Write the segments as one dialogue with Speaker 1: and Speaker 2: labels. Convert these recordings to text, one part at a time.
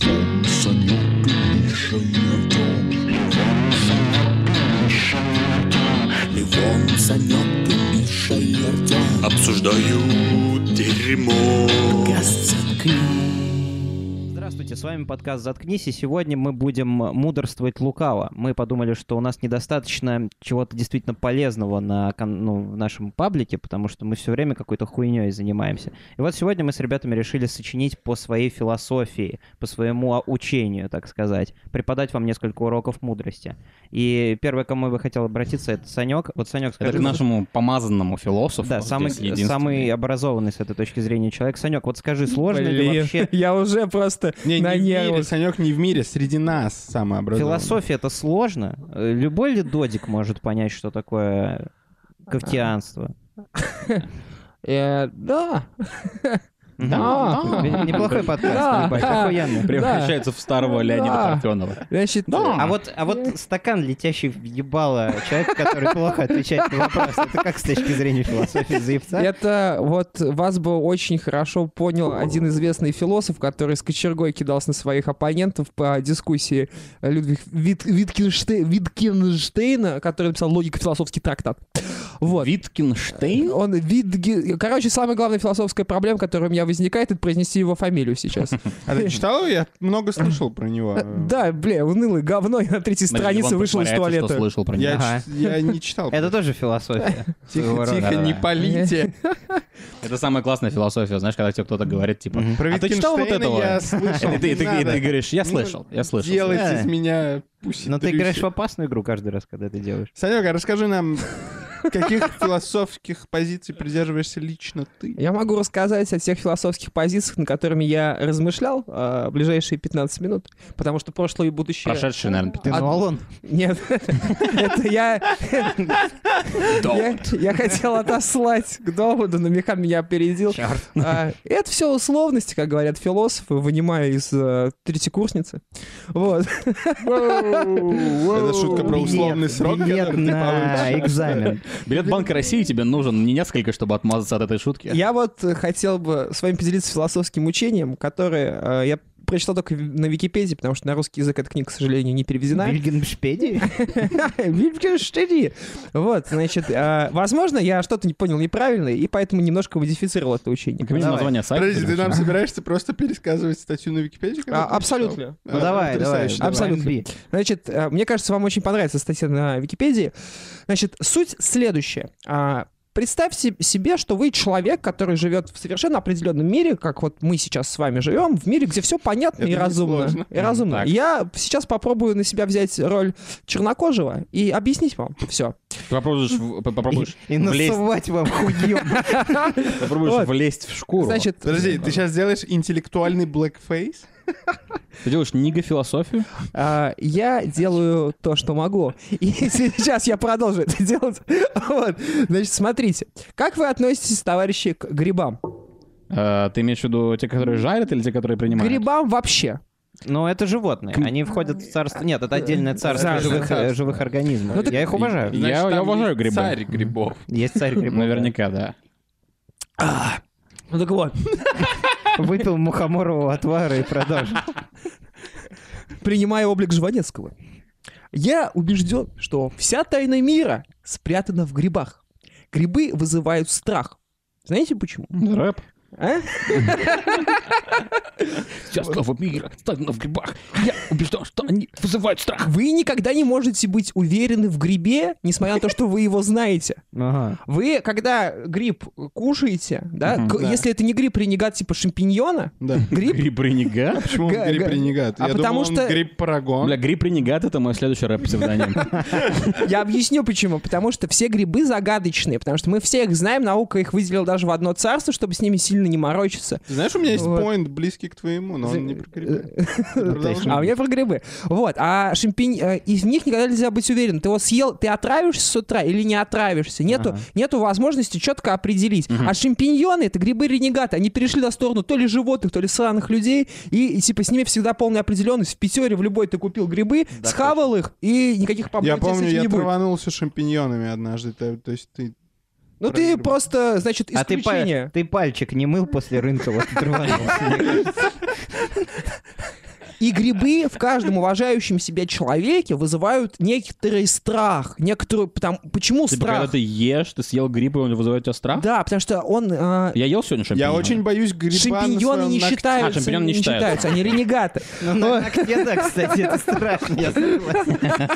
Speaker 1: Левон, Санек и Миша Антон. Левон, Санек и Миша Антон. Левон, Санек и Миша Артем. Обсуждают дерьмо.
Speaker 2: Здравствуйте, с вами подкаст «Заткнись», и сегодня мы будем мудрствовать лукаво. Мы подумали, что у нас недостаточно чего-то действительно полезного на, кон- ну, в нашем паблике, потому что мы все время какой-то хуйней занимаемся. И вот сегодня мы с ребятами решили сочинить по своей философии, по своему а, учению, так сказать, преподать вам несколько уроков мудрости. И первое, к кому я бы хотел обратиться, это Санек. Вот, Санек, скажи...
Speaker 3: Это к
Speaker 2: вот-
Speaker 3: нашему помазанному философу.
Speaker 2: Да,
Speaker 3: здесь
Speaker 2: самый,
Speaker 3: единственный. Ну,
Speaker 2: самый образованный с этой точки зрения человек. Санек, вот скажи, сложно ли
Speaker 4: Блин,
Speaker 2: вообще
Speaker 4: Я уже просто
Speaker 3: Не,
Speaker 4: на
Speaker 3: не в мире,
Speaker 4: нервах.
Speaker 3: Санек не в мире, среди нас самообразованный.
Speaker 2: Философия это сложно. Э, Любой ли додик может понять, что такое кавтианство?
Speaker 4: Э, Да.
Speaker 2: Мгм.
Speaker 4: Да.
Speaker 2: Блин, Неплохой подкаст,
Speaker 4: Да.
Speaker 2: ебать, охуенный.
Speaker 3: Превращается в старого Леонида
Speaker 4: Да.
Speaker 3: Парфенова.
Speaker 4: Значит,
Speaker 2: А вот, а вот стакан, летящий в ебало человека, который плохо отвечает на вопросы, это как с точки зрения философии заебца?
Speaker 4: это вот вас бы очень хорошо понял один известный философ, который с кочергой кидался на своих оппонентов по дискуссии Людвиг Вит- Виткинште- Виткинштейна, который написал «Логика философский трактат». Вот.
Speaker 3: Виткинштейн?
Speaker 4: Он Витги- Короче, самая главная философская проблема, которая у меня возникает, это произнести его фамилию сейчас.
Speaker 3: А ты читал его? Я много слышал про него.
Speaker 4: Да, бля, унылый говно, я на третьей
Speaker 3: Смотри,
Speaker 4: странице
Speaker 3: Иван
Speaker 4: вышел из
Speaker 3: притворяется,
Speaker 4: туалета.
Speaker 3: что слышал про
Speaker 2: Я-
Speaker 3: него.
Speaker 2: Ага.
Speaker 3: ч- Я не читал.
Speaker 2: Это тоже философия. своего
Speaker 3: Тихо,
Speaker 2: рода.
Speaker 3: тихо, не
Speaker 2: Да-да-да.
Speaker 3: полите. Это самая классная философия, знаешь, когда тебе кто-то говорит, типа,
Speaker 2: Мгм.
Speaker 3: «А Про ты читал вот Виткинштейна этого? я слышал, И ты- и не ты и надо. ты говоришь, я Ну, слышал, я слышал.
Speaker 2: Да.
Speaker 3: Делайте из меня пусть.
Speaker 2: Но ну, ты играешь в опасную игру каждый раз, когда это делаешь.
Speaker 3: Санек, а расскажи нам, каких философских позиций придерживаешься лично ты?
Speaker 4: Я могу рассказать о тех философских позициях, на которыми я размышлял э, в ближайшие 15 минут, потому что прошлое и будущее...
Speaker 3: Прошедшие, наверное,
Speaker 2: Ты
Speaker 4: Од-
Speaker 2: Нолан?
Speaker 4: Нет, это я... я- Я хотел отослать к доводу, но Михан меня опередил.
Speaker 2: Чёрт.
Speaker 4: А, Это все условности, как говорят философы, вынимая из э, третьекурсницы. Вот.
Speaker 3: Это шутка про условный
Speaker 2: Билет-
Speaker 3: срок,
Speaker 2: билет
Speaker 3: который ты
Speaker 2: на
Speaker 3: получишь.
Speaker 2: экзамен.
Speaker 3: Билет Банка России тебе нужен не несколько, чтобы отмазаться от этой шутки.
Speaker 4: Я вот э, хотел бы с вами поделиться философским учением, которое э, я прочитал только в- на Википедии, потому что на русский язык эта книга, к сожалению, не переведена.
Speaker 2: Вильгеншпеди?
Speaker 4: Вильгельмштейн. Вот, значит, э, возможно, я что-то не понял неправильно, и поэтому немножко модифицировал это учение.
Speaker 3: Как минимум
Speaker 2: Давай.
Speaker 3: название сайта.
Speaker 5: Подожди, ты
Speaker 3: напиши.
Speaker 5: нам собираешься просто пересказывать статью на Википедии?
Speaker 4: А,
Speaker 5: которую ты
Speaker 4: Абсолютно.
Speaker 5: читал?
Speaker 2: Ну
Speaker 5: А,
Speaker 2: давай, давай.
Speaker 5: потрясающе,
Speaker 4: давай. Абсолютно.
Speaker 2: Би.
Speaker 4: Значит, э, мне кажется, вам очень понравится статья на Википедии. Значит, суть следующая. А, Представьте себе, что вы человек, который живет в совершенно определенном мире, как вот мы сейчас с вами живем, в мире, где все понятно
Speaker 5: Это
Speaker 4: и
Speaker 5: не
Speaker 4: разумно.
Speaker 5: сложно.
Speaker 4: И разумно.
Speaker 3: Так.
Speaker 4: Я сейчас попробую на себя взять роль чернокожего и объяснить вам все.
Speaker 3: Ты Попробуешь, в- по- попробуешь,
Speaker 2: И
Speaker 3: влезть,
Speaker 2: насувать вам хуйню.
Speaker 3: попробуешь
Speaker 4: Вот.
Speaker 3: влезть в шкуру.
Speaker 4: Значит,
Speaker 5: Подожди, ты сейчас делаешь интеллектуальный блэкфейс?
Speaker 3: ты делаешь нигофилософию?
Speaker 4: А, я делаю то, что могу. И сейчас я продолжу это делать. Вот. Значит, смотрите. Как вы относитесь, товарищи, к грибам?
Speaker 3: Э, Ты имеешь в виду те, которые
Speaker 4: Ну,
Speaker 3: жарят, или те, которые
Speaker 4: К
Speaker 3: принимают?
Speaker 4: грибам вообще.
Speaker 2: Но Ну, это животные. Они входят в царство... Нет, это отдельное царство
Speaker 4: Царство,
Speaker 2: живых,
Speaker 5: царство.
Speaker 2: э, живых организмов.
Speaker 4: Ну так-
Speaker 2: Я их уважаю.
Speaker 3: Я-
Speaker 5: Значит,
Speaker 3: я
Speaker 5: там
Speaker 3: уважаю
Speaker 5: есть
Speaker 3: грибы.
Speaker 5: Царь грибов.
Speaker 2: Есть царь грибов.
Speaker 3: Наверняка, да.
Speaker 4: Ну так вот.
Speaker 2: Выпил мухоморового отвара и продолжил.
Speaker 4: Принимая облик Жванецкого. Я убежден, что вся тайна мира спрятана в грибах. Грибы вызывают страх. Знаете почему?
Speaker 3: Рэп.
Speaker 4: А?
Speaker 3: Вся слава мира в грибах. Я убежден, что они вызывают страх.
Speaker 4: Вы никогда не можете быть уверены в грибе, несмотря на то, что вы его знаете.
Speaker 2: Ага.
Speaker 4: Вы, когда гриб кушаете, да,
Speaker 3: Мгм.
Speaker 4: к-
Speaker 5: Да.
Speaker 4: если это не гриб ренегат типа шампиньона,
Speaker 5: Да.
Speaker 4: гриб...
Speaker 3: Гриб ренегат?
Speaker 5: Почему он
Speaker 4: Га-
Speaker 5: гриб
Speaker 4: га-
Speaker 5: ренегат?
Speaker 4: А
Speaker 5: Я
Speaker 4: потому
Speaker 5: думал,
Speaker 4: что-
Speaker 5: он гриб
Speaker 3: Бля,
Speaker 5: парагон.
Speaker 3: гриб ренегат — это мой следующий рэп-псевдоним.
Speaker 6: Типа,
Speaker 4: Я объясню почему. Потому что все грибы загадочные, потому что мы все их знаем, наука их выделила даже в одно царство, чтобы с ними сильно не морочиться.
Speaker 5: Ты знаешь, у меня есть
Speaker 4: Вот.
Speaker 5: поинт, близкий к твоему, но он не про грибы.
Speaker 4: А
Speaker 5: Продолжай.
Speaker 4: у меня про грибы. Вот, а шампинь... э, И в них никогда нельзя быть уверен. Ты его съел, ты отравишься с утра или не отравишься. Нету,
Speaker 2: Ага.
Speaker 4: нету возможности четко определить. А шампиньоны — это грибы-ренегаты. Они перешли на сторону то ли животных, то ли сраных людей. И, и, типа с ними всегда полная определенность. В пятере в любой ты купил грибы, схавал их, и никаких проблем
Speaker 5: Я
Speaker 4: у тебя с
Speaker 5: помню,
Speaker 4: А этим
Speaker 5: я
Speaker 4: не будет.
Speaker 5: траванулся шампиньонами однажды. то- То есть ты...
Speaker 4: Ну ты
Speaker 5: проигрывал.
Speaker 4: просто, значит,
Speaker 2: А ты, па-
Speaker 4: исключение.
Speaker 2: ты пальчик не мыл после рынка, вот ты рванулся.
Speaker 4: И грибы в каждом уважающем себя человеке вызывают некоторый страх. Некоторую... Потому... Почему
Speaker 6: Типа, когда
Speaker 4: страх?
Speaker 6: ты ешь, ты съел гриб, и он вызывает у тебя страх?
Speaker 4: Да, потому что он... а,
Speaker 6: Я ел сегодня шампиньоны?
Speaker 5: Я очень боюсь гриба
Speaker 4: Шампиньоны не считаются,
Speaker 6: А, шампиньоны не считаются.
Speaker 4: они ренегаты.
Speaker 2: Ну, да, кстати, это страшно, я согласен.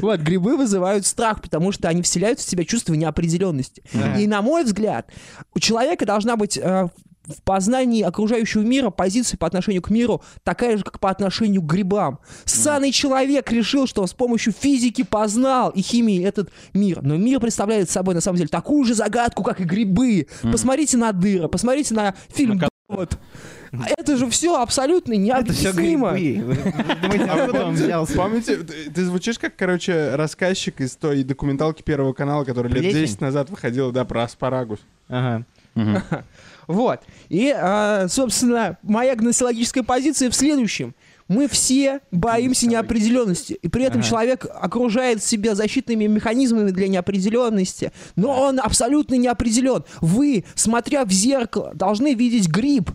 Speaker 4: Вот, грибы вызывают страх, потому что они вселяют в себя чувство неопределенности. И, на мой взгляд, у человека должна быть э, в познании окружающего мира позиция по отношению к миру такая же, как по отношению к грибам. Саный человек решил, что с помощью физики познал и химии этот мир. Но мир представляет собой, на самом деле, такую же загадку, как и грибы. Посмотрите на дыра, посмотрите на фильм «Довод». Это же все абсолютно
Speaker 2: Это все
Speaker 4: необъяснимо.
Speaker 2: грибы. Вы думаете, откуда он А взялся?
Speaker 5: А Помните, ты, ты звучишь как, короче, рассказчик из той документалки Первого канала, которая лет
Speaker 2: Плесень?
Speaker 5: 10 назад выходила, да, про аспарагус.
Speaker 2: Ага.
Speaker 6: Мгм.
Speaker 4: Вот. И, а, собственно, моя гносеологическая позиция в следующем. Мы все боимся неопределенности, и при этом
Speaker 2: Ага.
Speaker 4: человек окружает себя защитными механизмами для неопределенности, но он абсолютно неопределен. Вы, смотря в зеркало, должны видеть гриб,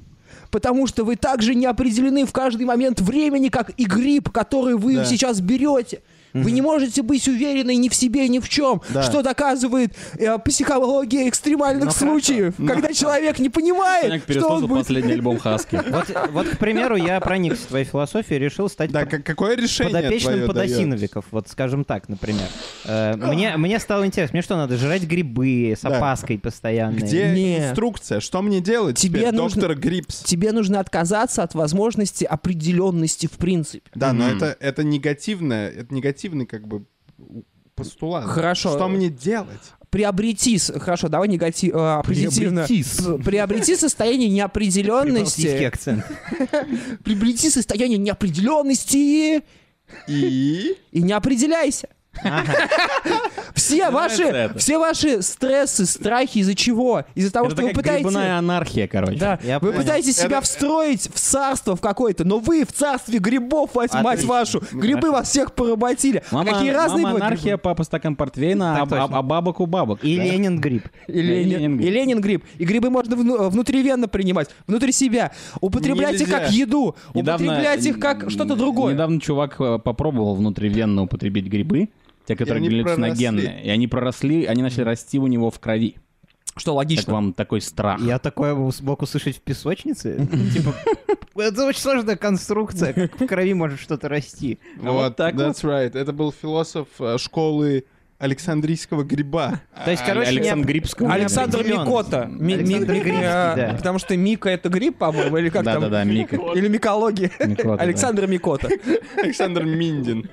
Speaker 4: потому что вы также не определены в каждый момент времени, как и гриб, который вы
Speaker 5: Да.
Speaker 4: сейчас берете. Вы не можете быть уверены ни в себе, ни в чем,
Speaker 5: Да.
Speaker 4: что доказывает э, психология экстремальных случаев, когда человек не понимает,
Speaker 6: Санек
Speaker 4: что он
Speaker 6: переслушал
Speaker 4: будет...
Speaker 6: последний альбом Хаски.
Speaker 2: Вот, вот, к примеру, я проникся твоей философией и решил стать
Speaker 5: Да,
Speaker 2: под-
Speaker 5: как- какое решение
Speaker 2: подопечным
Speaker 5: твое дает?
Speaker 2: подосиновиков, вот скажем так, например. Э, Мне, мне стало интересно, мне что надо, жрать грибы с
Speaker 5: Да.
Speaker 2: опаской постоянно?
Speaker 5: Где
Speaker 4: Не.
Speaker 5: инструкция? Что мне делать?
Speaker 4: Тебе
Speaker 5: теперь,
Speaker 4: нужно-
Speaker 5: доктор Грипс.
Speaker 4: Тебе нужно отказаться от возможности определенности в принципе.
Speaker 5: Да, но
Speaker 6: Мгм.
Speaker 5: это, это негативное, это негативный как бы у- постулат.
Speaker 4: Хорошо.
Speaker 5: Что мне делать?
Speaker 4: Приобрети, с- хорошо, давай негатив, э, позитивно. П- Приобрети состояние
Speaker 2: Прибалтийский
Speaker 4: неопределенности.
Speaker 2: акцент.
Speaker 4: Приобрети состояние неопределенности
Speaker 5: И...
Speaker 4: и не определяйся. Все ваши,
Speaker 6: это.
Speaker 4: все ваши стрессы, страхи из-за чего? Из-за того,
Speaker 6: Это
Speaker 4: что вы
Speaker 6: такая
Speaker 4: пытаетесь...
Speaker 6: грибная анархия, короче.
Speaker 4: Да,
Speaker 2: Я
Speaker 4: вы
Speaker 2: понял.
Speaker 4: пытаетесь себя встроить в царство в какое-то, но вы в царстве грибов, вась-
Speaker 2: Отлично.
Speaker 4: мать вашу. Грибы вас всех поработили. А
Speaker 6: Мама,
Speaker 4: Какие разные
Speaker 6: мама
Speaker 4: бывают
Speaker 6: анархия, папа стакан портвейна, а,
Speaker 2: Так точно.
Speaker 6: а- а бабок у бабок.
Speaker 2: И
Speaker 6: Да.
Speaker 2: Ленин гриб.
Speaker 4: грибы? И
Speaker 6: Да, и
Speaker 4: Ленин,
Speaker 6: Ленин гриб.
Speaker 4: и Ленин гриб. И грибы можно вну- э, внутривенно принимать, внутри себя. Употреблять их
Speaker 5: Нельзя.
Speaker 4: как еду,
Speaker 6: Недавно-
Speaker 4: употреблять их как что-то другое.
Speaker 6: Недавно чувак э, попробовал внутривенно употребить грибы, те, которые
Speaker 5: они
Speaker 6: галлюциногенные. И они проросли, они начали расти у него в крови.
Speaker 4: Что
Speaker 6: Как
Speaker 4: логично.
Speaker 6: вам такой страх?
Speaker 2: Я такое смог услышать в песочнице. Типа, это очень сложная конструкция, как в крови может что-то расти.
Speaker 6: А вот так
Speaker 5: that's right. Это был философ э, школы Александрийского гриба.
Speaker 2: То есть, короче, не-
Speaker 6: Александр Грибского.
Speaker 4: Александр
Speaker 2: Неопределенность.
Speaker 4: Микота. Ми- ми-
Speaker 2: Александр
Speaker 4: ми-
Speaker 2: Грибский,
Speaker 4: э,
Speaker 2: да.
Speaker 4: Потому что Мика это гриб, по-моему, или как там?
Speaker 6: Да-да-да, Мика.
Speaker 4: Или микология.
Speaker 6: Микота, да.
Speaker 4: Александр Микота.
Speaker 5: Александр Миндин.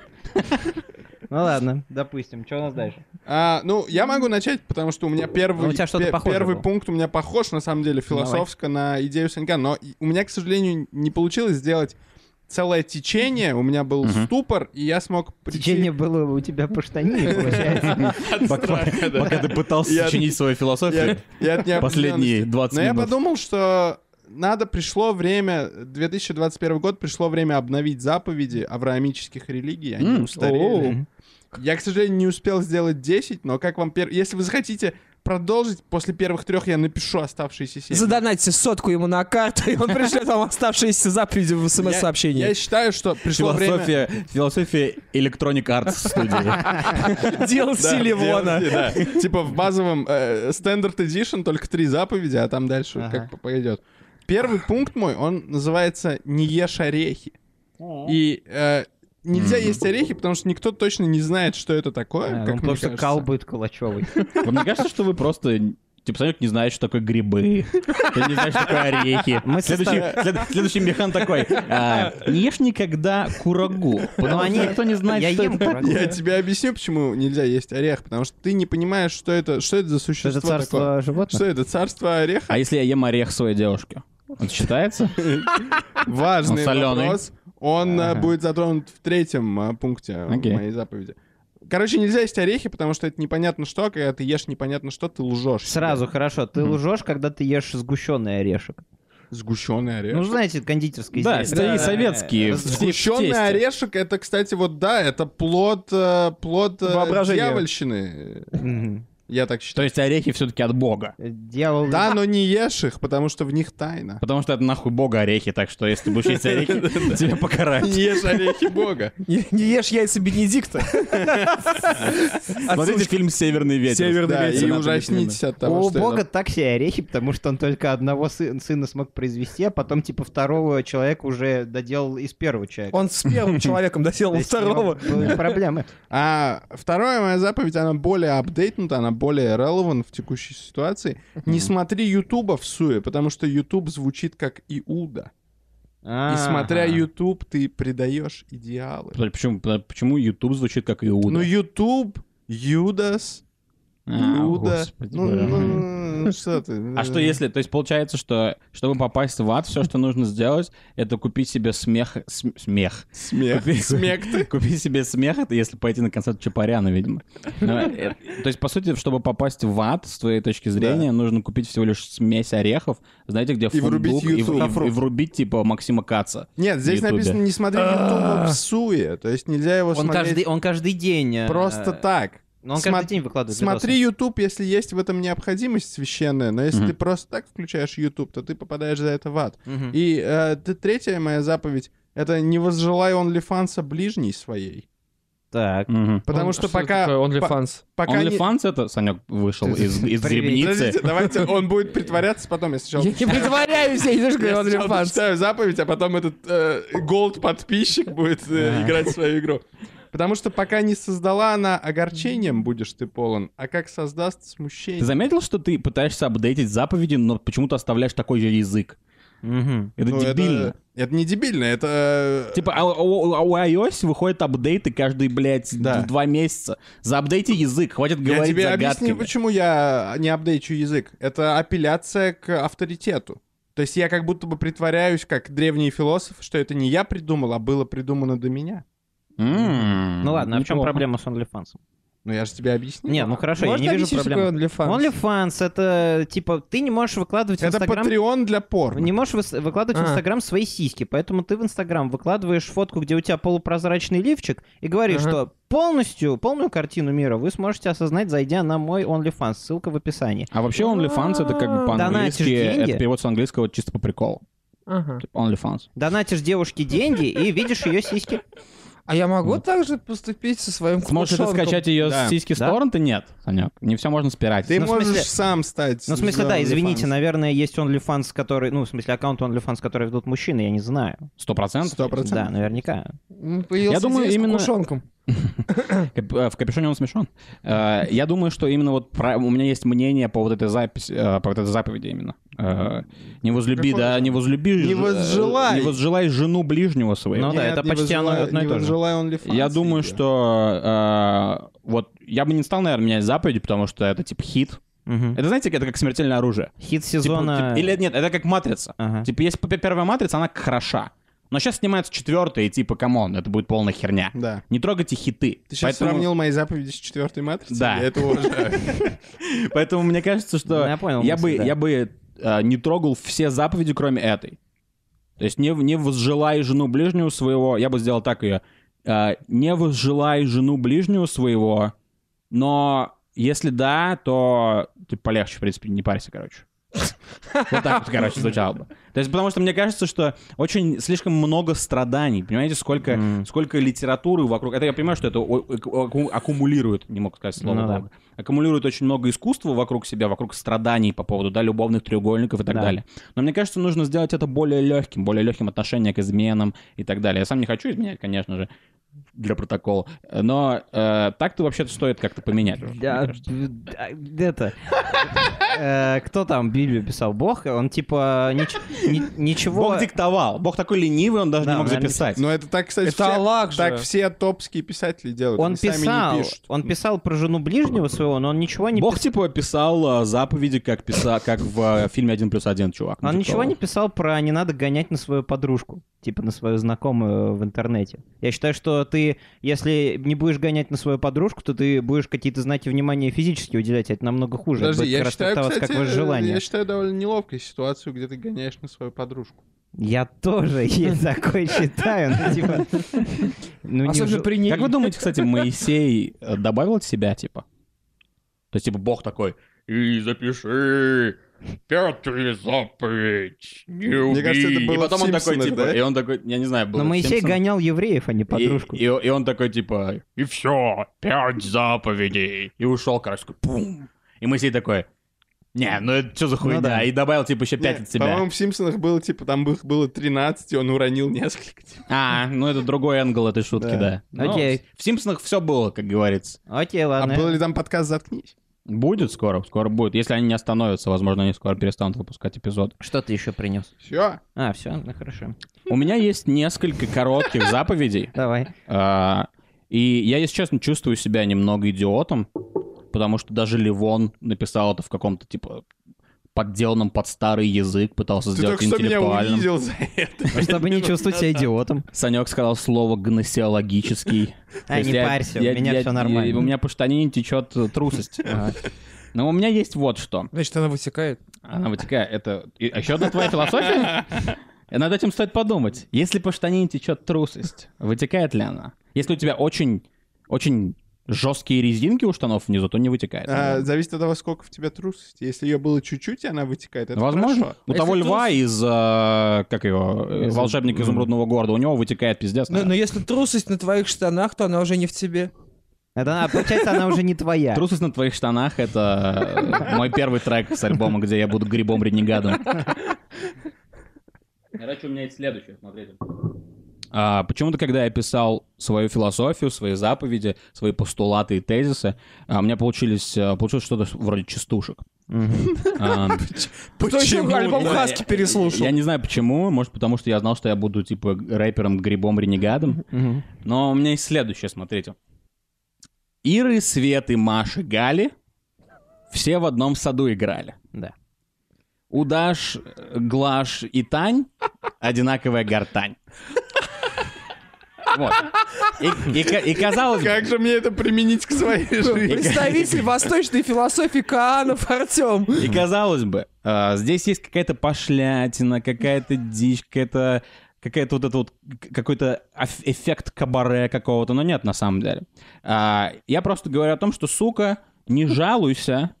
Speaker 2: Ну ладно, допустим, что у нас дальше?
Speaker 5: А, ну, я могу начать, потому что у меня первый,
Speaker 2: у тебя что-то
Speaker 5: пе-
Speaker 2: похожее
Speaker 5: первый
Speaker 2: было.
Speaker 5: пункт у меня похож, на самом деле, философско на идею Санька, но и- у меня, к сожалению, не получилось сделать целое течение, у меня был ступор, и я смог прийти...
Speaker 2: Течение было у тебя по штанине, получается.
Speaker 6: Пока пока ты пытался
Speaker 5: Я-
Speaker 6: сочинить свою
Speaker 5: Я,
Speaker 6: философию,
Speaker 5: я от неопределенности.
Speaker 6: последние 20
Speaker 5: Но я
Speaker 6: минут.
Speaker 5: подумал, что надо, пришло время, 2021 год, пришло время обновить заповеди авраамических религий, они
Speaker 6: М,
Speaker 5: устарели. Я, к сожалению, не успел сделать 10, но как вам... пер- Если вы захотите продолжить, после первых трех я напишу оставшиеся 7.
Speaker 4: Задонатьте сотку ему на карту, и он пришлет вам оставшиеся заповеди в
Speaker 5: Я,
Speaker 4: смс-сообщении.
Speaker 5: считаю, что пришло время...
Speaker 6: Философия, философия Electronic Arts студии.
Speaker 4: DLC Ливона.
Speaker 5: Да, DLC, да. Типа в базовом э, Standard Edition только три заповеди, а там дальше как по- пойдет. Первый пункт мой, он называется «Не ешь орехи». И э, нельзя есть орехи, потому что никто точно не знает, что это такое,
Speaker 2: А,
Speaker 5: как
Speaker 2: он
Speaker 5: мне
Speaker 2: Просто
Speaker 5: кажется.
Speaker 2: кал будет калачевый.
Speaker 6: Мне кажется, что вы просто... Типа, Санек не знаешь, что такое грибы. Ты не знаешь, что такое орехи.
Speaker 2: Мы
Speaker 6: следующий, след- следующий механ такой. а, не ешь никогда курагу. Потому
Speaker 2: они-
Speaker 6: что никто не знает,
Speaker 2: я
Speaker 6: что
Speaker 2: ем
Speaker 6: это такое.
Speaker 2: курагу.
Speaker 5: Я тебе объясню, почему нельзя есть орех, потому что ты не понимаешь, что это, что это за
Speaker 2: Что
Speaker 5: существо
Speaker 2: это
Speaker 5: такое.
Speaker 2: царство животных?
Speaker 5: Что это, царство ореха?
Speaker 6: А если я ем орех своей девушке? Это считается?
Speaker 5: Важный
Speaker 6: Он солёный.
Speaker 5: вопрос. Он э,
Speaker 2: Ага.
Speaker 5: будет затронут в третьем э, пункте
Speaker 6: Окей.
Speaker 5: моей заповеди. Короче, нельзя есть орехи, потому что это непонятно что, а когда ты ешь непонятно что, ты лжешь.
Speaker 2: Сразу хорошо. Ты
Speaker 6: Мгм.
Speaker 2: лжешь, когда ты ешь сгущенный орешек.
Speaker 5: Сгущенный
Speaker 2: Ну,
Speaker 5: орешек.
Speaker 2: знаете, кондитерское
Speaker 6: Да,
Speaker 2: изделие.
Speaker 6: стоит советские.
Speaker 2: Раз-
Speaker 6: в- в
Speaker 5: Сгущенный
Speaker 6: тесте.
Speaker 5: орешек, это, кстати, вот да, это плод, э, плод э,
Speaker 4: Воображение.
Speaker 5: дьявольщины.
Speaker 2: Мгм.
Speaker 5: Я так
Speaker 6: То
Speaker 5: считаю.
Speaker 6: есть орехи все-таки от Бога.
Speaker 2: Дьявол...
Speaker 5: Да, но не ешь их, потому что в них тайна.
Speaker 6: Потому что это нахуй Бога орехи, так что если ты будешь есть орехи, тебя покарают.
Speaker 5: Не ешь орехи бога.
Speaker 4: Не, не ешь яйца Бенедикта.
Speaker 6: Смотрите фильм «Северный ветер».
Speaker 5: Да,
Speaker 6: ветер.
Speaker 5: и ужаснитесь от того,
Speaker 2: У
Speaker 5: что... ну. я
Speaker 2: Бога так себе орехи, потому что он только одного сы- сына смог произвести, а потом, типа, второго человека уже доделал из первого человека.
Speaker 4: Он с первым человеком доделал
Speaker 2: То есть у него
Speaker 4: второго.
Speaker 2: были Проблемы.
Speaker 5: А вторая моя заповедь, она более апдейтнута, она более relevant в текущей ситуации. Не смотри Ютуба в суе, потому что Ютуб звучит как Иуда. И смотря Ютуб, ты предаешь идеалы.
Speaker 6: Подожди, Почему, под- почему YouTube звучит как Иуда?
Speaker 5: Ну, Ютуб, Юдас,
Speaker 6: А,
Speaker 5: Иуда.
Speaker 6: господи,
Speaker 5: Ну,
Speaker 6: бля.
Speaker 5: ну, ну, что ты?
Speaker 6: А что если, то есть получается, что чтобы попасть в ад, все, что нужно сделать, это купить себе смех, см- смех.
Speaker 5: Смех.
Speaker 6: Купи-
Speaker 5: Смех ты.
Speaker 6: Купить себе смех, это если пойти на концерт Чапаряна, видимо. Но, э, То есть, по сути, чтобы попасть в ад, с твоей точки зрения, нужно купить всего лишь смесь орехов, знаете, где
Speaker 5: врубить
Speaker 6: фундук, и,
Speaker 5: YouTube.
Speaker 6: и-
Speaker 5: На
Speaker 6: и
Speaker 5: фрукт.
Speaker 6: врубить, типа, Максима Каца.
Speaker 5: Нет, здесь
Speaker 6: в Ютубе.
Speaker 5: написано не смотри
Speaker 6: А.
Speaker 5: Ютуба в суе. То есть нельзя его
Speaker 2: Он каждый,
Speaker 5: смотреть
Speaker 2: он каждый день... э,
Speaker 5: просто
Speaker 2: э,
Speaker 5: так.
Speaker 2: ну, он
Speaker 5: Сма-
Speaker 2: каждый день выкладывает
Speaker 5: Смотри
Speaker 2: видосы.
Speaker 5: YouTube, если есть в этом необходимость священная, но если
Speaker 6: Мгм.
Speaker 5: ты просто так включаешь YouTube, то ты попадаешь за это в ад.
Speaker 2: Мгм.
Speaker 5: И э, т- третья моя заповедь — это не возжелай онлифанса ближней своей.
Speaker 2: Так.
Speaker 6: Мгм.
Speaker 5: Потому что, пока... по-
Speaker 4: OnlyFans.
Speaker 5: пока не-
Speaker 6: OnlyFans это, Санек, вышел из,
Speaker 2: Привет.
Speaker 6: из
Speaker 5: Подождите,
Speaker 6: грибницы.
Speaker 5: давайте, он будет притворяться потом, я
Speaker 4: Я
Speaker 5: сначала...
Speaker 4: не притворяюсь, я не
Speaker 5: Я
Speaker 4: говорю
Speaker 5: сначала
Speaker 4: OnlyFans.
Speaker 5: прочитаю заповедь, а потом этот голд подписчик будет э, играть в свою игру. Потому что пока не создала она огорчением, будешь ты полон, а как создаст смущение.
Speaker 6: Ты заметил, что ты пытаешься апдейтить заповеди, но почему-то оставляешь такой же язык?
Speaker 2: Мгм.
Speaker 6: Это
Speaker 5: Ну,
Speaker 6: дебильно.
Speaker 5: Это не дебильно, это... э,
Speaker 6: Типа, а, у- у а у iOS выходят апдейты каждые, блядь,
Speaker 5: Да.
Speaker 6: д- два месяца. Заапдейте язык, хватит
Speaker 5: Я
Speaker 6: говорить
Speaker 5: тебе
Speaker 6: загадками.
Speaker 5: объясню, почему я а, не апдейчу язык. Это апелляция к авторитету. То есть я как будто бы притворяюсь, как древние философы, что это не я придумал, а было придумано до меня.
Speaker 6: М,
Speaker 2: Ну ладно, а в чем
Speaker 6: М-м-м. неплохо.
Speaker 2: проблема с OnlyFans?
Speaker 5: Ну я же тебе объяснил.
Speaker 2: Не, ну хорошо, я
Speaker 4: Можно
Speaker 2: не вижу
Speaker 4: объяснить, что такое
Speaker 2: проблемы.
Speaker 4: OnlyFans?
Speaker 2: OnlyFans — это, типа, ты не можешь выкладывать в
Speaker 5: это
Speaker 2: Инстаграм
Speaker 5: Patreon для порно.
Speaker 2: Не можешь выс- выкладывать
Speaker 4: А.
Speaker 2: в Инстаграм свои сиськи, поэтому ты в Инстаграм выкладываешь фотку, где у тебя полупрозрачный лифчик, и говоришь,
Speaker 4: Ага.
Speaker 2: что полностью, полную картину мира вы сможете осознать, зайдя на мой OnlyFans, ссылка в описании.
Speaker 6: А вообще OnlyFans это как бы
Speaker 2: Донатишь
Speaker 6: по-английски,
Speaker 2: деньги?
Speaker 6: это перевод с английского чисто по приколу.
Speaker 4: Ага.
Speaker 6: Типа OnlyFans.
Speaker 2: Донатишь девушке деньги и видишь ее сиськи.
Speaker 4: А я могу также поступить со своим
Speaker 6: Сможешь это
Speaker 4: кукушонком?
Speaker 6: скачать ее
Speaker 5: Да.
Speaker 6: с сиськи с
Speaker 2: Да.
Speaker 6: торрента? Нет, Санек, не все можно спирать.
Speaker 5: Ты
Speaker 2: Ну, в
Speaker 5: можешь
Speaker 2: смысле-
Speaker 5: сам стать.
Speaker 2: Ну, в смысле,
Speaker 5: за
Speaker 2: да,
Speaker 5: OnlyFans.
Speaker 2: извините, наверное, есть OnlyFans, который, ну, в смысле, аккаунт OnlyFans, который ведут мужчины, я не знаю.
Speaker 6: Сто процентов.
Speaker 5: Сто процентов.
Speaker 2: Да, наверняка.
Speaker 4: М, Появился
Speaker 6: Я думаю,
Speaker 4: здесь с
Speaker 6: именно-
Speaker 4: кукушонком.
Speaker 6: Кап- э, В капюшоне он смешон. Э, Я думаю, что именно вот про- у меня есть мнение по вот этой записи, э, по вот этой заповеди именно. Э, Не возлюби,
Speaker 5: Какой
Speaker 6: да,
Speaker 5: же?
Speaker 6: не возлюби...
Speaker 5: Не
Speaker 6: ж- э,
Speaker 5: возжелай.
Speaker 6: Не возжелай жену ближнего своего.
Speaker 2: Ну да, это
Speaker 5: не
Speaker 2: почти оно-
Speaker 5: возжелаю-
Speaker 2: одно и
Speaker 5: не
Speaker 2: то же.
Speaker 5: возжелаю OnlyFans
Speaker 6: Я думаю,
Speaker 5: себе.
Speaker 6: что э, вот я бы не стал, наверное, менять заповеди, потому что это типа хит.
Speaker 2: Мгм.
Speaker 6: Это, знаете, это как смертельное оружие.
Speaker 2: Хит
Speaker 6: Типа-
Speaker 2: сезона...
Speaker 6: типа- или нет, это как матрица.
Speaker 2: Ага.
Speaker 6: Типа, есть п- первая матрица, она хороша. Но сейчас снимается четвертая, и типа, камон, это будет полная херня.
Speaker 5: Да.
Speaker 6: Не трогайте хиты.
Speaker 5: Ты сейчас
Speaker 6: Поэтому-
Speaker 5: сравнил мои заповеди с четвертой матрицей?
Speaker 6: Да.
Speaker 5: Я это уважаю.
Speaker 6: Поэтому мне кажется, что
Speaker 2: Ну, я понял
Speaker 6: я
Speaker 2: мысль,
Speaker 6: бы,
Speaker 2: да.
Speaker 6: я бы э, не трогал все заповеди, кроме этой. То есть не, не возжелай жену ближнего своего, я бы сделал так ее, э, не возжелай жену ближнего своего, но если да, то ты полегче, в принципе, не парься, короче. Вот так вот, короче, звучало бы. То есть, потому что мне кажется, что очень слишком много страданий. Понимаете, сколько,
Speaker 2: Мгм.
Speaker 6: сколько литературы вокруг. Это я понимаю, что это о- о- аку- аккумулирует, не мог сказать слово.
Speaker 2: Ну да.
Speaker 6: долго аккумулирует очень много искусства вокруг себя, вокруг страданий по поводу да, любовных треугольников и так
Speaker 2: Да.
Speaker 6: далее. Но мне кажется, нужно сделать это более легким, более легким отношение к изменам и так далее. Я сам не хочу изменять, конечно же, для протокола. Но э, так-то вообще-то стоит как-то поменять. уже, мне
Speaker 2: Да,
Speaker 6: кажется.
Speaker 2: да, Это... Э, Кто там Библию писал? Бог? Он типа нич- ни- ничего...
Speaker 6: Бог диктовал. Бог такой ленивый, он даже
Speaker 2: Да,
Speaker 6: не мог
Speaker 2: он реально
Speaker 6: записать.
Speaker 5: Но это так, кстати,
Speaker 4: Это
Speaker 5: все...
Speaker 4: Аллах же.
Speaker 5: Так все топские писатели делают.
Speaker 2: Он
Speaker 5: они сами не
Speaker 2: писал,
Speaker 5: пишут.
Speaker 2: он писал про жену ближнего своего, но он ничего не
Speaker 6: Бог
Speaker 2: пис-
Speaker 6: типа писал э, заповеди, как, писа... как в э, фильме «Один плюс один», чувак.
Speaker 2: Он
Speaker 6: диктовал.
Speaker 2: ничего не писал про не надо гонять на свою подружку, типа на свою знакомую в интернете. Я считаю, что ты, если не будешь гонять на свою подружку, то ты будешь какие-то знаки внимания физически уделять, а это намного хуже. Это
Speaker 5: Подожди,
Speaker 2: будет
Speaker 5: я
Speaker 2: как раз
Speaker 5: считаю,
Speaker 2: трактоваться
Speaker 5: кстати,
Speaker 2: как ваше
Speaker 5: э,
Speaker 2: желание.
Speaker 5: я считаю довольно неловкой ситуацию, где ты гоняешь на свою подружку.
Speaker 2: Я тоже я такой считаю, ну типа... ну, не ну,
Speaker 4: Особенно
Speaker 2: жел-
Speaker 4: при ней.
Speaker 6: Как вы думаете, кстати, Моисей э, добавил от себя, типа? То есть, типа, Бог такой, и запиши пятую заповедь, не убей».
Speaker 5: кажется, это было
Speaker 6: и
Speaker 5: в
Speaker 6: потом он такой,
Speaker 5: «Симпсонах»,
Speaker 6: типа,
Speaker 5: да?
Speaker 6: и он такой, я не знаю, было
Speaker 2: Но
Speaker 6: в
Speaker 2: Моисей
Speaker 6: «Симпсонах».
Speaker 2: гонял евреев, а не подружку.
Speaker 6: И, и- и он такой, типа, и все, пять заповедей. И ушел, короче, такой, пум. И Моисей такой, не, ну это что за хуйня?
Speaker 2: да.
Speaker 6: И добавил, типа, еще пять от себя.
Speaker 5: По-моему, в Симпсонах было, типа, там их было 13, и он уронил несколько. типа.
Speaker 6: А, ну это другой ангел этой шутки, да.
Speaker 5: Да.
Speaker 6: Ну,
Speaker 2: Окей.
Speaker 6: в Симпсонах все было, как говорится.
Speaker 2: Окей,
Speaker 5: А
Speaker 2: ладно.
Speaker 5: был ли там подкаст «Заткнись»?
Speaker 6: Будет скоро, скоро будет. Если они не остановятся, возможно, они скоро перестанут выпускать эпизод.
Speaker 2: Что ты еще принес?
Speaker 5: Все.
Speaker 2: А, все, ну хорошо.
Speaker 6: У меня есть несколько коротких заповедей.
Speaker 2: Давай.
Speaker 6: А, И я, если честно, чувствую себя немного идиотом, потому что даже Ливон написал это в каком-то, типа, подделанном под старый язык, пытался
Speaker 5: Ты
Speaker 6: сделать
Speaker 5: только что меня
Speaker 6: интеллектуальным.
Speaker 5: унизил за это.
Speaker 2: Чтобы не чувствовать себя идиотом.
Speaker 6: Санек сказал слово гносеологический. То
Speaker 2: А,
Speaker 6: есть
Speaker 2: не
Speaker 6: я-
Speaker 2: парься,
Speaker 6: я-
Speaker 2: у меня
Speaker 6: я-
Speaker 2: все
Speaker 6: У
Speaker 2: нормально.
Speaker 6: меня по штанине течет трусость. А, Но у меня есть вот что.
Speaker 4: Значит, она высекает.
Speaker 6: Она вытекает. Это и- а еще одна твоя философия? И Над этим стоит подумать. Если по штанине течет трусость, вытекает ли она? Если у тебя очень, очень жесткие резинки у штанов внизу, то не вытекает.
Speaker 5: А, Зависит от того, сколько в тебя трусости. Если ее было чуть-чуть, и она вытекает. это
Speaker 6: Ну, Возможно. У
Speaker 5: хорошо.
Speaker 4: А Если
Speaker 6: того
Speaker 4: трус-
Speaker 6: льва из, э, как его, э, волшебник изумрудного города, у него вытекает пиздец.
Speaker 5: Ну,
Speaker 4: Но, но если трусость на твоих штанах, то она уже не в тебе.
Speaker 2: Это она- получается, она уже не
Speaker 4: Э.
Speaker 2: твоя.
Speaker 6: Трусость на твоих штанах — это э, мой первый трек с альбома, где я буду грибом-ренегадом. Короче, у меня есть следующее, смотрите. А почему-то, когда я писал свою философию, свои заповеди, свои постулаты и тезисы, а, у меня получились, э, получилось что-то вроде частушек.
Speaker 2: Мгм.
Speaker 6: А,
Speaker 4: Кто еще альбом
Speaker 6: Да,
Speaker 4: Хаски
Speaker 6: Ну, я-
Speaker 4: переслушал?
Speaker 6: Я не знаю почему, может потому что я знал, что я буду типа рэпером-грибом-ренегадом.
Speaker 2: Мгм.
Speaker 6: Но у меня есть следующее, смотрите. Иры, Светы, Маши, Гали все в одном саду играли.
Speaker 2: Да.
Speaker 6: У Даш, э, Глаш и Тань одинаковая гортань. Вот. И, и ка- и казалось бы...
Speaker 5: Как же мне это применить к своей жизни?
Speaker 4: Представитель восточной философии Каанов Артем.
Speaker 6: И казалось бы, а, здесь есть какая-то пошлятина, какая-то дичь, какая-то какая-то вот это вот к- какой-то аф- эффект кабаре какого-то, но нет на самом деле. А, я просто говорю о том, что сука, не жалуйся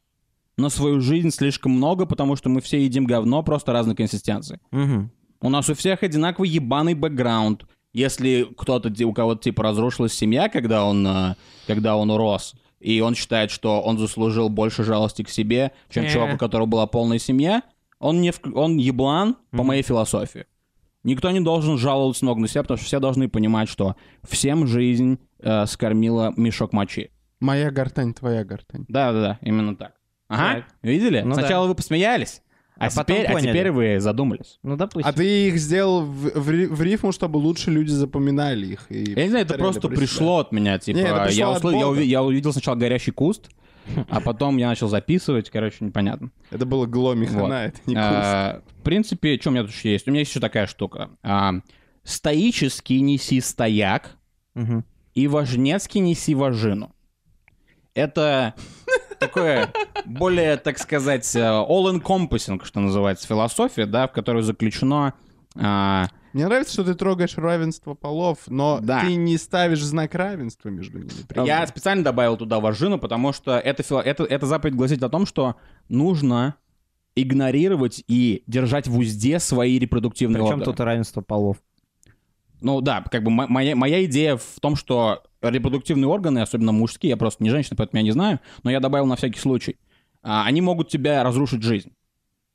Speaker 6: на свою жизнь слишком много, потому что мы все едим говно просто разной консистенции.
Speaker 2: Мгм.
Speaker 6: У нас у всех одинаковый ебаный бэкграунд. Если кто-то, ти- у кого-то, типа, разрушилась семья, когда он, э, когда он рос, и он считает, что он заслужил больше жалости к себе, чем
Speaker 4: Э.
Speaker 6: чувак, у которого была полная семья, он, не вк- он еблан, по моей философии. Никто не должен жаловаться ног на себя, потому что все должны понимать, что всем жизнь э, скормила мешок мочи.
Speaker 5: Моя гортань, твоя гортань.
Speaker 6: Да-да-да, именно так. Ага, видели?
Speaker 2: Ну да.
Speaker 6: Сначала вы посмеялись, а,
Speaker 2: А потом
Speaker 6: теперь, а
Speaker 2: поняли.
Speaker 6: теперь вы задумались.
Speaker 2: Ну, допустим.
Speaker 5: А ты их сделал в, в ри- в рифму, чтобы лучше люди запоминали их. и
Speaker 6: Я не знаю, это
Speaker 5: повторяли
Speaker 6: просто
Speaker 5: про себя.
Speaker 6: пришло от меня, типа,
Speaker 5: Не, это пришло
Speaker 6: я,
Speaker 5: от
Speaker 6: услы- я,
Speaker 5: Бога.
Speaker 6: уви- я увидел сначала горящий куст, а потом я начал записывать, короче, непонятно.
Speaker 5: Это было гло
Speaker 6: Вот.
Speaker 5: Михана, это не курс.
Speaker 6: А, в принципе, что у меня тут еще есть? У меня есть еще такая штука. А, стоически неси стояк,
Speaker 2: Мгм.
Speaker 6: и важнецки неси важину. Это такое более, так сказать, э, all-encompassing, что называется, философия, да, в которой заключено... а,
Speaker 5: Мне нравится, что ты трогаешь равенство полов, но
Speaker 6: Да.
Speaker 5: ты не ставишь знак равенства между ними. Прям
Speaker 6: Я специально добавил туда вожину, потому что это, фило- это, это заповедь гласит о том, что нужно игнорировать и держать в узде свои репродуктивные
Speaker 2: Причем
Speaker 6: органы.
Speaker 2: тут равенство полов.
Speaker 6: Ну да, как бы мо- моя, моя идея в том, что репродуктивные органы, особенно мужские, я просто не женщина, поэтому я не знаю, но я добавил на всякий случай, а, они могут тебя разрушить жизнь.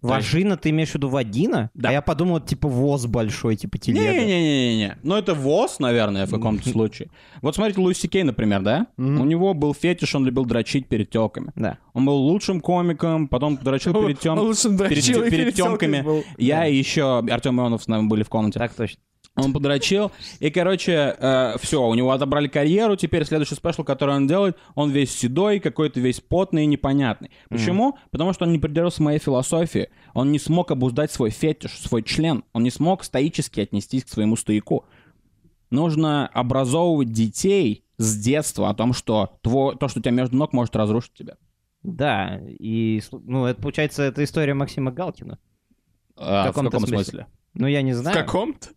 Speaker 2: Вожина, ты имеешь в виду вагина?
Speaker 6: Да.
Speaker 2: А я подумал, типа, воз большой, типа телега.
Speaker 6: Не-не-не-не. Ну, это ВОЗ, наверное, в каком-то случае. Вот смотрите, Луиси Кей, например, да? У него был фетиш, он любил дрочить перед тёлками.
Speaker 2: Да.
Speaker 6: Он был лучшим комиком, потом дрочил перед тем...
Speaker 4: Лучшим
Speaker 6: перед,
Speaker 4: дрочил и
Speaker 6: перед
Speaker 4: тёлкой
Speaker 6: тёмками.
Speaker 4: был.
Speaker 6: Я и еще Артем Ионов с нами были в комнате.
Speaker 2: Так точно.
Speaker 6: Он подрочил. И, короче, все, у него отобрали карьеру. Теперь следующий спешл, который он делает, он весь седой, какой-то весь потный и непонятный. Почему? Потому что он не придерживался моей философии. Он не смог обуздать свой фетиш, свой член. Он не смог стоически отнестись к своему стояку. Нужно образовывать детей с детства о том, что тво- то, что у тебя между ног, может разрушить тебя.
Speaker 2: Да, и, сл- ну, это, получается, это история Максима Галкина.
Speaker 6: Э,
Speaker 2: В каком-то
Speaker 6: каком
Speaker 2: смысле? Ну, я не
Speaker 5: В
Speaker 2: знаю.
Speaker 5: каком-то?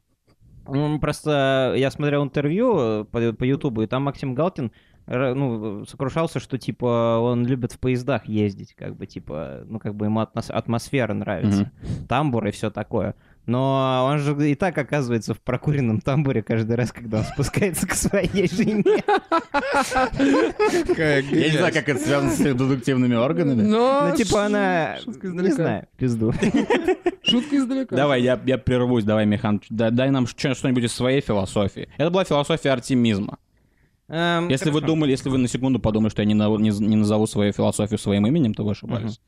Speaker 2: Ну, Просто я смотрел интервью э, по по Ютубу, и там Максим Галкин ра- ну, сокрушался, что, типа, он любит в поездах ездить, как бы, типа, ну, как бы ему атмос- атмосфера нравится, тамбур и все такое. Но он же и так оказывается в прокуренном тамбуре каждый раз, когда он спускается к своей жене.
Speaker 6: Я
Speaker 5: Какая
Speaker 6: не
Speaker 5: грязь.
Speaker 6: знаю, как это связано с редуктивными органами.
Speaker 4: Но...
Speaker 2: Ну, типа, она...
Speaker 4: Шутка
Speaker 2: Не
Speaker 4: издалека.
Speaker 2: знаю, пизду.
Speaker 4: Шутка издалека.
Speaker 6: Давай, я, я прервусь, давай, Михан, да- дай нам чё- что-нибудь из своей философии. Это была философия артемизма.
Speaker 2: Эм,
Speaker 6: Если вы
Speaker 2: хорошо.
Speaker 6: думали, если вы на секунду подумали, что я не, на- не з- не назову свою философию своим именем, то вы ошибались.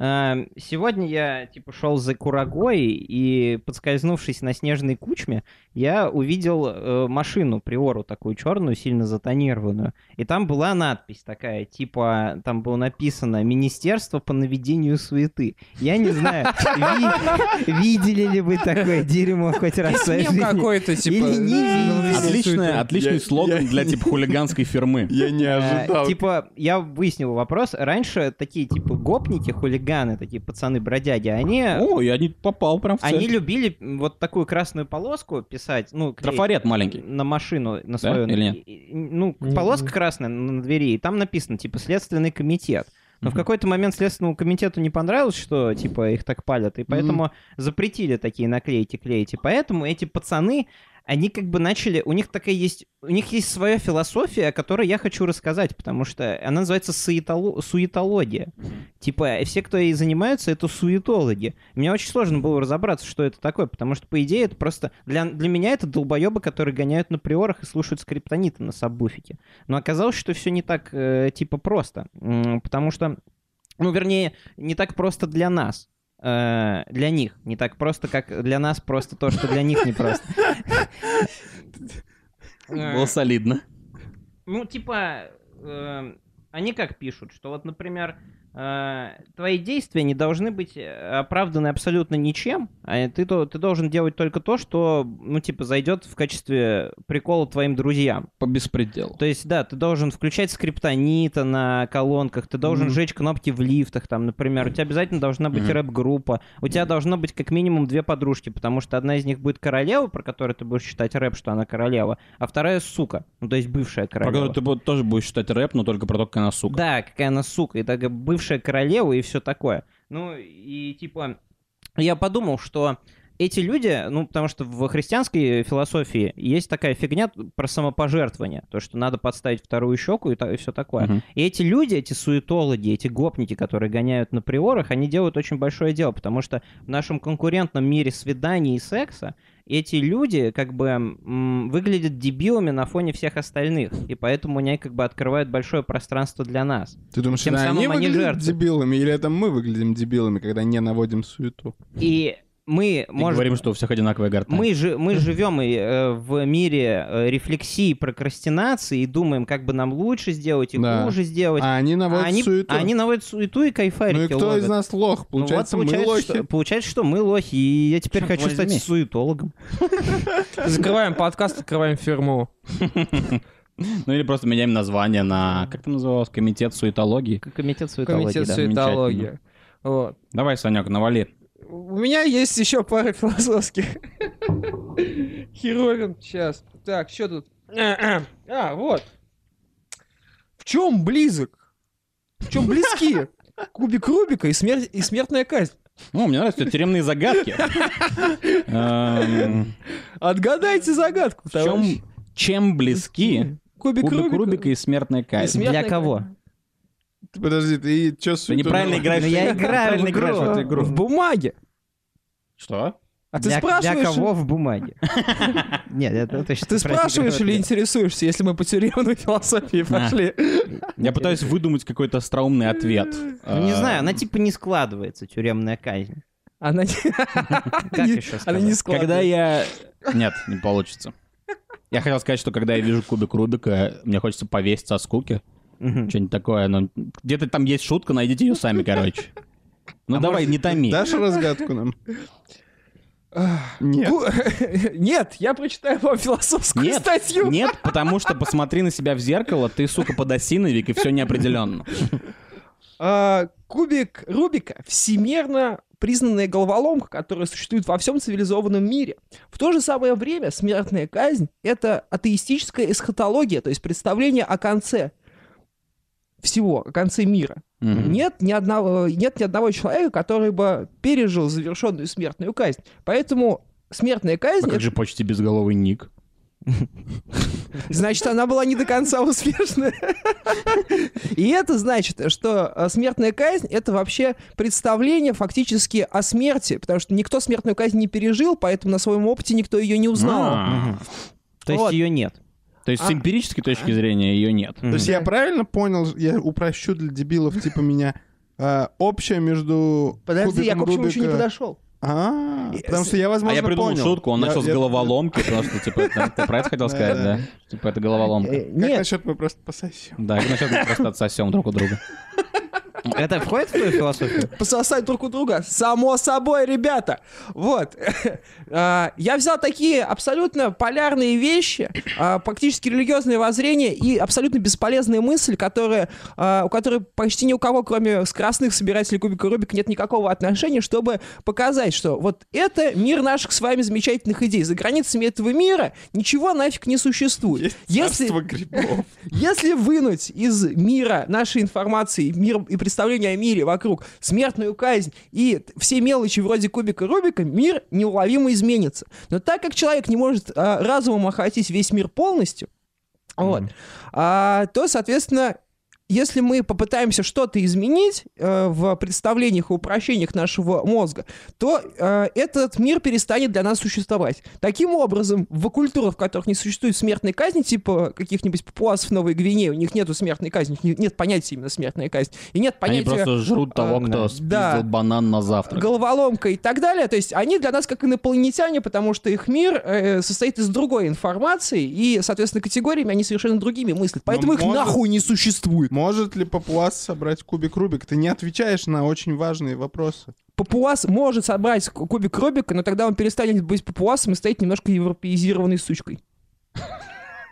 Speaker 2: А, Сегодня я типа шел за курагой и подскользнувшись на снежной кучме, я увидел э, машину приору такую черную, сильно затонированную. И там была надпись такая, типа там было написано Министерство по наведению суеты. Я не знаю, ви- видели ли вы такое дерьмо хоть раз в своей
Speaker 4: Мем
Speaker 2: жизни?
Speaker 4: какой-то, типа... ну,
Speaker 2: Или не видели.
Speaker 6: Отличная-
Speaker 4: Отлично.
Speaker 6: отличный
Speaker 5: Я-
Speaker 6: слоган
Speaker 5: я-
Speaker 6: для типа хулиганской фирмы.
Speaker 5: Я не
Speaker 2: Э,
Speaker 5: ожидал.
Speaker 2: Типа, я выяснил вопрос. Раньше такие, типа, гопники, хулиганы, такие пацаны-бродяги, они
Speaker 6: О, я не попал прям в цель.
Speaker 2: Они любили м, вот такую красную полоску писать, ну, клеить
Speaker 6: Трафарет маленький.
Speaker 2: на машину, на свою.
Speaker 6: или нет?
Speaker 2: И- и- Ну,
Speaker 4: Не-
Speaker 2: полоска
Speaker 4: не.
Speaker 2: красная на на двери, и там написано, типа, Следственный комитет. Но в
Speaker 6: Мгм.
Speaker 2: какой-то момент Следственному комитету не понравилось, что, типа, их так палят, и поэтому запретили такие наклейки клеить. И поэтому эти пацаны, они как бы начали... У них такая есть... У них есть своя философия, о которой я хочу рассказать, потому что она называется суетоло- суетология. Типа, все, кто ей занимаются, это суетологи. Мне очень сложно было разобраться, что это такое, потому что, по идее, это просто... Для, для меня это долбоебы, которые гоняют на приорах и слушают скриптонита на сабвуфике. Но оказалось, что все не так, э, типа, просто. М, Потому что... Ну, вернее, не так просто для нас. Э, для них. Не так просто, как для нас просто то, что для них не просто. Э,
Speaker 6: Было солидно.
Speaker 2: Ну, типа, э, они как пишут, что вот, например, э, твои действия не должны быть э, оправданы абсолютно ничем, а ты, то, ты должен делать только то, что, ну, типа, зайдет в качестве прикола твоим друзьям.
Speaker 6: По беспределу.
Speaker 2: То есть, да, ты должен включать скриптонита на колонках, ты должен
Speaker 6: Мгм.
Speaker 2: жечь кнопки в лифтах, там, например, у тебя обязательно должна быть
Speaker 6: Мгм.
Speaker 2: рэп-группа, у тебя должно быть как минимум две подружки, потому что одна из них будет королева, про которую ты будешь считать рэп, что она королева, а вторая сука, ну, то есть бывшая
Speaker 6: Про
Speaker 2: королева.
Speaker 6: которую ты бу- тоже будешь считать рэп, но только про то, как она сука.
Speaker 2: Да, какая она сука, и такая бывшая королева и все такое. Ну, и типа, я подумал, что эти люди, ну, потому что в христианской философии есть такая фигня про самопожертвование, то, что надо подставить вторую щеку и, все такое.
Speaker 6: Мгм.
Speaker 2: И эти люди, эти суетологи, эти гопники, которые гоняют на приорах, они делают очень большое дело, потому что в нашем конкурентном мире свиданий и секса эти люди как бы м, выглядят дебилами на фоне всех остальных, и поэтому они как бы открывают большое пространство для нас.
Speaker 5: Ты думаешь,
Speaker 2: тем
Speaker 5: это
Speaker 2: самым
Speaker 5: они
Speaker 2: они
Speaker 5: выглядят
Speaker 2: жертвы.
Speaker 5: дебилами, или это мы выглядим дебилами, когда не наводим суету?
Speaker 2: И мы,
Speaker 6: И
Speaker 2: может,
Speaker 6: говорим, что у всех одинаковая гортань.
Speaker 2: мы, жи- мы живем и, э, в мире э, рефлексии, прокрастинации и думаем, как бы нам лучше сделать и
Speaker 5: Да.
Speaker 2: хуже сделать.
Speaker 5: А они
Speaker 2: А
Speaker 5: наводят
Speaker 2: они,
Speaker 5: суету.
Speaker 2: а они наводят суету и кайфарики
Speaker 5: Ну и кто
Speaker 2: ловят.
Speaker 5: из нас
Speaker 2: Ну
Speaker 5: лох?
Speaker 2: вот
Speaker 5: Получается, мы
Speaker 2: получается,
Speaker 5: лохи.
Speaker 2: Что, получается, что мы лохи, и я теперь
Speaker 6: Чёрт
Speaker 2: хочу
Speaker 6: возьми.
Speaker 2: стать суетологом.
Speaker 4: ну, Закрываем подкаст, открываем фирму.
Speaker 6: Ну или просто меняем название на... Как там называлось? Комитет суетологии.
Speaker 2: Комитет суетологии,
Speaker 4: Комитет
Speaker 2: да.
Speaker 4: суетологии. Вот.
Speaker 6: Давай, Санек, навали.
Speaker 4: У меня есть еще пара философских. Херовин. Сейчас. Так, что тут? А, вот. В чем близок? В чем близки? Кубик Рубика и, смерть, и смертная казнь.
Speaker 6: Ну, мне нравятся тюремные загадки. Эм,
Speaker 4: Отгадайте загадку,
Speaker 6: в чем-
Speaker 4: товарищи.
Speaker 6: Чем близки
Speaker 4: Кубик,
Speaker 6: кубик
Speaker 4: Рубика.
Speaker 6: Рубика и смертная казнь?
Speaker 4: смертная
Speaker 2: Для
Speaker 4: казнь.
Speaker 2: кого?
Speaker 5: Ты Подожди, ты чё
Speaker 6: Ты
Speaker 5: суету?
Speaker 6: неправильно
Speaker 5: наводишь?
Speaker 6: играешь.
Speaker 2: Ну, я играю в
Speaker 6: Неправильно играешь в эту
Speaker 2: игру.
Speaker 6: игру.
Speaker 4: В бумаге.
Speaker 6: Что?
Speaker 4: А ты
Speaker 2: для, для
Speaker 4: спрашиваешь...
Speaker 2: кого в бумаге? Нет, это точно
Speaker 4: Ты
Speaker 2: не про
Speaker 4: спрашиваешь или
Speaker 2: игровой
Speaker 4: интересуешься, если мы по тюремной философии пошли?
Speaker 2: ответ.
Speaker 6: Я пытаюсь выдумать какой-то остроумный ответ.
Speaker 2: Ну, Не
Speaker 6: Э,
Speaker 2: знаю, она типа не складывается, тюремная казнь.
Speaker 4: Она не-
Speaker 2: Как еще
Speaker 4: она не
Speaker 2: сказать?
Speaker 6: Когда
Speaker 4: складывается.
Speaker 6: я... Нет, не получится. Я хотел сказать, что когда я вижу кубик Рубика, мне хочется повеситься от скуки.
Speaker 2: Мгм.
Speaker 6: Что-нибудь такое, но где-то там есть шутка, найдите ее сами, короче. Ну
Speaker 2: А
Speaker 6: давай, не томи.
Speaker 5: Дашь разгадку нам?
Speaker 4: Ах,
Speaker 5: Нет.
Speaker 4: Гу- Нет, я прочитаю вам философскую
Speaker 6: Нет,
Speaker 4: статью.
Speaker 6: Нет, потому что посмотри на себя в зеркало, ты, сука, подосиновик, и все неопределенно.
Speaker 4: А, кубик Рубика всемирно признанная головоломка, которая существует во всем цивилизованном мире. В то же самое время смертная казнь — это атеистическая эсхатология, то есть представление о конце всего, о конце мира.
Speaker 6: Мгм.
Speaker 4: Нет ни, одного, нет ни одного человека, который бы пережил завершенную смертную казнь. Поэтому смертная казнь...
Speaker 6: А как
Speaker 4: это-
Speaker 6: же почти безголовый ник?
Speaker 4: Значит, она была не до конца успешная. И это значит, что э, смертная казнь — это вообще представление фактически о смерти, потому что никто смертную казнь не пережил, поэтому на своем опыте никто ее не узнал.
Speaker 6: А,
Speaker 2: Мгм. То есть
Speaker 4: Вот.
Speaker 2: ее нет.
Speaker 6: То есть с
Speaker 4: А.
Speaker 6: эмпирической точки зрения ее нет.
Speaker 2: Мгм.
Speaker 5: То есть я правильно понял, я упрощу для дебилов типа меня, э, общее между
Speaker 4: Подожди, я к
Speaker 5: кубиком
Speaker 4: общему еще не
Speaker 5: Рубика-
Speaker 4: подошел.
Speaker 5: А,
Speaker 4: И-
Speaker 5: потому
Speaker 4: с-
Speaker 5: что я,
Speaker 6: А
Speaker 5: возможно,
Speaker 6: я придумал
Speaker 5: понял.
Speaker 6: шутку, он
Speaker 5: Я-
Speaker 6: начал с
Speaker 5: я-
Speaker 6: головоломки, просто, типа, это- ты про это хотел сказать,
Speaker 5: Да-да.
Speaker 6: да? Типа, это головоломка.
Speaker 4: Э,
Speaker 5: Как
Speaker 4: Нет,
Speaker 5: насчет мы просто пососем?
Speaker 6: Да, и насчет мы просто отсосем друг у друга.
Speaker 2: Это входит в твою философию?
Speaker 4: пососать друг у друга. Само собой, ребята. Вот. А, Я взял такие абсолютно полярные вещи, а, практически религиозные воззрения и абсолютно бесполезная мысль, которая, а, у которой почти ни у кого, кроме скоростных собирателей кубика Рубика, нет никакого отношения, чтобы показать, что вот это мир наших с вами замечательных идей. За границами этого мира ничего нафиг не существует. Если,
Speaker 5: Царство грибов.
Speaker 4: если вынуть из мира нашей информации мир и представления о мире вокруг смертную казнь и т- все мелочи вроде кубика Рубика, мир неуловимо изменится. Но так как человек не может а, разумом охватить весь мир полностью, вот, а, то, соответственно, если мы попытаемся что-то изменить э, в представлениях и упрощениях нашего мозга, то э, этот мир перестанет для нас существовать. Таким образом, в культурах, в которых не существует смертной казни, типа каких-нибудь папуасов Новой Гвинеи, у них нету смертной казни, у них нет понятия именно смертная казнь, и нет
Speaker 6: Они
Speaker 4: понятия
Speaker 6: просто жрут того,
Speaker 4: а,
Speaker 6: кто
Speaker 4: да.
Speaker 6: спиздил банан на завтрак.
Speaker 4: головоломка э, и так далее. То есть они для нас как инопланетяне, потому что их мир э, состоит из другой информации, и, соответственно, категориями они совершенно другими мыслят. Поэтому их
Speaker 5: может-
Speaker 4: нахуй не существует.
Speaker 5: Может ли папуас собрать кубик Рубик? Ты не отвечаешь на очень важные вопросы.
Speaker 4: Папуас может собрать ку- кубик Рубика, но тогда он перестанет быть папуасом и станет немножко европеизированной сучкой.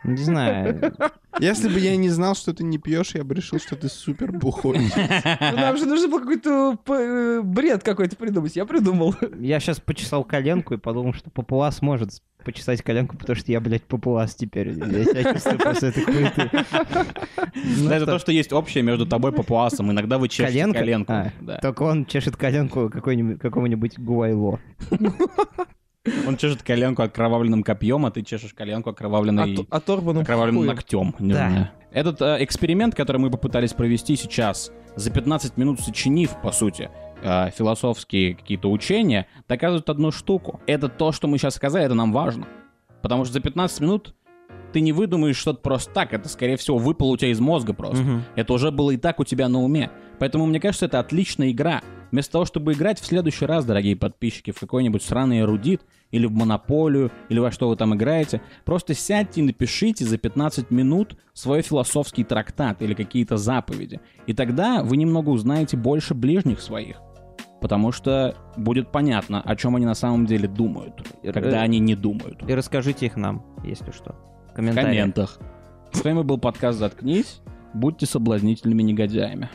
Speaker 2: Не знаю.
Speaker 5: Если бы я не знал, что ты не пьешь, я бы решил, что ты супер бухой.
Speaker 4: Ну, Нам же нужно было какой-то п- э, бред какой-то придумать. Я придумал.
Speaker 2: Я сейчас почесал коленку и подумал, что папуас может почесать коленку, потому что я, блядь, папуас теперь. Я себя чувствую после этой хуеты. Ну
Speaker 6: Да, это
Speaker 2: что,
Speaker 6: то, что есть общее между тобой и папуасом. Иногда вы чешете
Speaker 2: Коленка?
Speaker 6: коленку.
Speaker 2: А.
Speaker 6: Да.
Speaker 2: Только он чешет коленку какой-нибудь- какому-нибудь гуайло.
Speaker 6: Он чешет коленку окровавленным копьем, а ты чешешь коленку окровавленной...
Speaker 4: От- Оторванным
Speaker 6: окровавленным
Speaker 4: хуем.
Speaker 6: ногтем. не
Speaker 2: Да.
Speaker 6: знаю. Этот э, эксперимент, который мы попытались провести сейчас, за 15 минут сочинив, по сути, э, философские какие-то учения, доказывает одну штуку. Это то, что мы сейчас сказали, это нам важно. Потому что за 15 минут ты не выдумаешь что-то просто так. Это, скорее всего, выпало у тебя из мозга просто. Это уже было и так у тебя на уме. Поэтому, мне кажется, это отличная игра. Вместо того, чтобы играть в следующий раз, дорогие подписчики, в какой-нибудь сраный эрудит, или в монополию, или во что вы там играете, просто сядьте и напишите за 15 минут свой философский трактат или какие-то заповеди. И тогда вы немного узнаете больше ближних своих. Потому что будет понятно, о чем они на самом деле думают,
Speaker 2: Э,
Speaker 6: когда они не думают.
Speaker 2: И расскажите их нам, если что. В
Speaker 6: В
Speaker 2: комментариях.
Speaker 6: комментах. С вами был подкаст «Заткнись». Будьте соблазнительными негодяями.